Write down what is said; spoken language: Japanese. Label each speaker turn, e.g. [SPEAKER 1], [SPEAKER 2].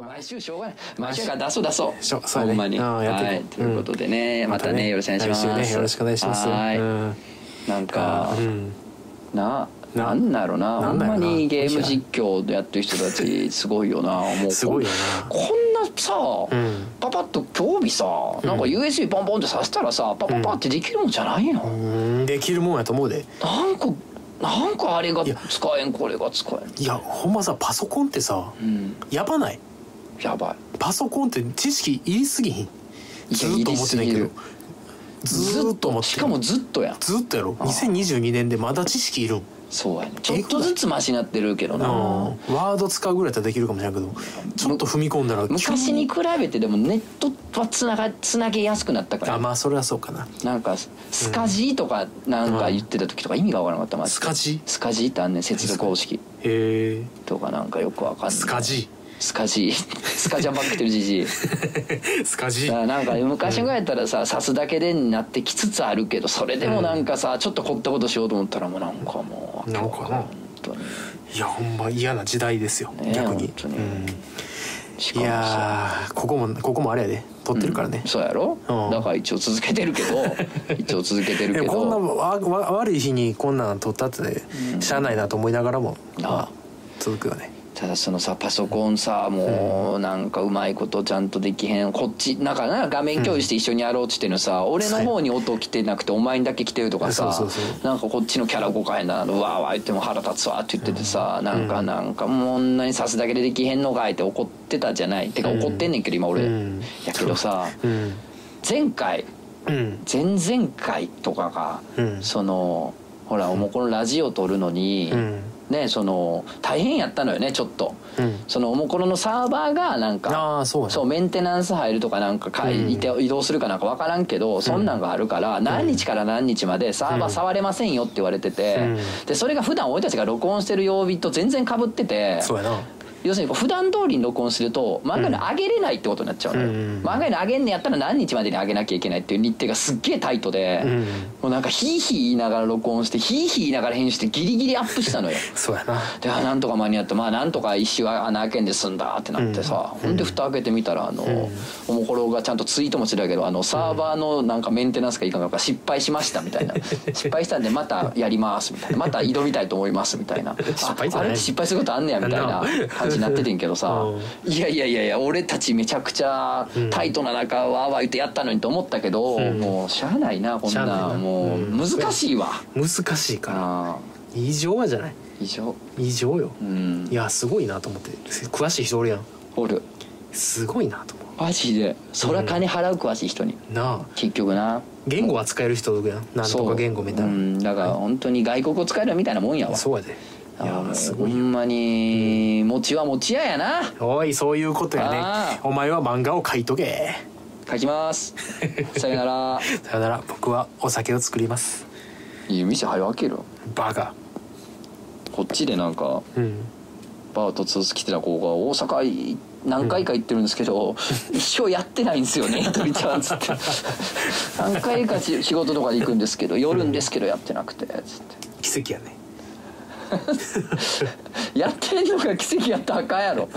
[SPEAKER 1] 毎週しょうがない。毎週から出そう出そう。
[SPEAKER 2] しょそうやね
[SPEAKER 1] ほんまに。
[SPEAKER 2] うんやっていこう
[SPEAKER 1] はい。ということでね、またね、よろしくお願いします。
[SPEAKER 2] 来週ねよろしくお願いします
[SPEAKER 1] はい。
[SPEAKER 2] うん
[SPEAKER 1] なんか、
[SPEAKER 2] うん
[SPEAKER 1] な。
[SPEAKER 2] な
[SPEAKER 1] なんだろうな
[SPEAKER 2] な
[SPEAKER 1] ほ
[SPEAKER 2] ん
[SPEAKER 1] ん
[SPEAKER 2] だろ
[SPEAKER 1] ま
[SPEAKER 2] うな
[SPEAKER 1] にゲーム実況でやってる人た ちすごいよなもう
[SPEAKER 2] すごいよな
[SPEAKER 1] こんなさ、
[SPEAKER 2] ん
[SPEAKER 1] パパッと興味さなんか USB ポンポンってさせたらさパパパってできるもんじゃないの、
[SPEAKER 2] うんできるもんやと思うで
[SPEAKER 1] なんかなんかあれが
[SPEAKER 2] いや
[SPEAKER 1] 使えんこれが使えん
[SPEAKER 2] いやほんまさパソコンってさ
[SPEAKER 1] うん
[SPEAKER 2] やばない
[SPEAKER 1] やば
[SPEAKER 2] パソコンって知識いりすぎひん
[SPEAKER 1] い
[SPEAKER 2] ずーっと思ってないけ
[SPEAKER 1] 入
[SPEAKER 2] ど
[SPEAKER 1] り
[SPEAKER 2] ずーっと思ってる
[SPEAKER 1] しかもずっとやん
[SPEAKER 2] ずーっとやろ2022年でまだ知識いるん
[SPEAKER 1] そうやねちょっとずつマシになってるけどな
[SPEAKER 2] うんワード使うぐらいだったらできるかもしれんけどちょっと踏み込んだら急に
[SPEAKER 1] 昔に比べてでもネットはつながつなげやすくなったから
[SPEAKER 2] あまあそれはそうかな
[SPEAKER 1] なんかスカジーとかなんか言ってた時とか意味が分からなかったマジで
[SPEAKER 2] スカジ
[SPEAKER 1] スカジーってあんねん接続方式
[SPEAKER 2] へえ
[SPEAKER 1] とかなんかよくわかんない
[SPEAKER 2] スカジ
[SPEAKER 1] スカ ジースカジャンばっかってるじじい
[SPEAKER 2] スカジ
[SPEAKER 1] だからなんか昔ぐらいやったらさ刺すだけでになってきつつあるけどそれでもなんかさちょっと凝ったことしようと思ったらもうなんかもう
[SPEAKER 2] なんかな
[SPEAKER 1] 本当に
[SPEAKER 2] いやほんま嫌な時代ですよ
[SPEAKER 1] ねえ
[SPEAKER 2] 逆に
[SPEAKER 1] 本当に
[SPEAKER 2] うん
[SPEAKER 1] しか
[SPEAKER 2] い
[SPEAKER 1] もさ
[SPEAKER 2] やーここもここもあれやで撮ってるからね、
[SPEAKER 1] そうやろ、
[SPEAKER 2] うん
[SPEAKER 1] だから一応続けてるけ ど一応続けてるけ
[SPEAKER 2] え
[SPEAKER 1] ど
[SPEAKER 2] こんなわわ悪い日にこんなん撮ったってしゃあないなと思いながらも、
[SPEAKER 1] あ
[SPEAKER 2] まあ、続くよね
[SPEAKER 1] ただそのさパソコンさもうなんかうまいことちゃんとできへんこっちなんかな画面共有して一緒にやろうって言ってんのさ、俺の方に音来てなくてお前にだけ来てるとかさ
[SPEAKER 2] そうそうそ
[SPEAKER 1] なんかこっちのキャラ動かへんなうわーわー言っても腹立つわって言っててさ、なんかなんかもう女に刺すだけでできへんのかいって怒ってたじゃないてか怒ってんねんけど今俺、
[SPEAKER 2] うん
[SPEAKER 1] やけどさ
[SPEAKER 2] うん
[SPEAKER 1] 前回
[SPEAKER 2] うん
[SPEAKER 1] 前々回とかが、
[SPEAKER 2] うん
[SPEAKER 1] そのほらもうこのラジオ撮るのに、
[SPEAKER 2] うん
[SPEAKER 1] ねその大変やったのよねちょっと。
[SPEAKER 2] うん
[SPEAKER 1] そのおもころのサーバーがなんか
[SPEAKER 2] ああそうや
[SPEAKER 1] そうメンテナンス入るとかなんかか
[SPEAKER 2] うん
[SPEAKER 1] いて移動するかなんか分からんけどそんなんがあるから何日から何日までサーバー触れませんよって言われて
[SPEAKER 2] う
[SPEAKER 1] て
[SPEAKER 2] ん
[SPEAKER 1] でそれが普段俺たちが録音してる曜日と全然かぶってて
[SPEAKER 2] そうやな
[SPEAKER 1] 要するにこう普段通りに録音すると漫画に上げれないってことになっちゃうの
[SPEAKER 2] うん
[SPEAKER 1] よ漫画に上げんねやったら何日までに上げなきゃいけないっていう日程がすっげえタイトで
[SPEAKER 2] うん
[SPEAKER 1] もうなんかヒーヒー言いながら録音してヒーヒー言いながら編集してギリギリアップした のよ。
[SPEAKER 2] そうやな
[SPEAKER 1] であなんとか間に合ってまあなんとか一周は穴開けんで済んだってなってさ、ほんで蓋開けてみたらあの、おもころがちゃんとツイートもしてたけどあのサーバーのなんかメンテナンスがいかんか失敗しましたみたい な失敗したんでまたやりますみたいなまた挑みたいと思いますみたいな
[SPEAKER 2] 失敗じゃ
[SPEAKER 1] ああ
[SPEAKER 2] ない
[SPEAKER 1] れって失敗することあんねやみたいな
[SPEAKER 2] なあ
[SPEAKER 1] 感じになっててんけどさいやいやいやいや俺たちめちゃくちゃタイトな中わーわー言ってやったのにと思ったけど、もうしゃあないなこん
[SPEAKER 2] しゃあない
[SPEAKER 1] な
[SPEAKER 2] なん
[SPEAKER 1] もう
[SPEAKER 2] うん
[SPEAKER 1] 難しいわ、
[SPEAKER 2] 難しいか
[SPEAKER 1] あ
[SPEAKER 2] ら異常やじゃない
[SPEAKER 1] ー以上
[SPEAKER 2] 異常よ、
[SPEAKER 1] うん
[SPEAKER 2] いやすごいなと思って詳しい人おるやん
[SPEAKER 1] おる。
[SPEAKER 2] すごいなと思
[SPEAKER 1] マジでそりゃ金払う詳しい人に、
[SPEAKER 2] うなあ
[SPEAKER 1] 結局な
[SPEAKER 2] 言語は使える人おるやんなんとか言語みたいな、
[SPEAKER 1] うん、だから本当に外国を使えるみたいなもんやわ
[SPEAKER 2] そうやでいや
[SPEAKER 1] あの
[SPEAKER 2] す
[SPEAKER 1] ほ
[SPEAKER 2] ごいよ
[SPEAKER 1] んまに餅は餅屋やな
[SPEAKER 2] おいそういうことや
[SPEAKER 1] あ
[SPEAKER 2] ね
[SPEAKER 1] ー
[SPEAKER 2] お前は漫画を書いとけ
[SPEAKER 1] 書きます さよなら
[SPEAKER 2] さよなら僕はお酒を作ります
[SPEAKER 1] いや店早開ける
[SPEAKER 2] バカ
[SPEAKER 1] こっちでなんか
[SPEAKER 2] うん
[SPEAKER 1] バーとツース来てた子が大阪い何回か行ってるんですけ ど、一生やってないんですよね鳥ちゃんっつって 何回かし仕事とかで行くんですけど寄るんですけどやってなくてつって
[SPEAKER 2] 奇跡やね
[SPEAKER 1] やってんのが奇跡やったらあかんやろ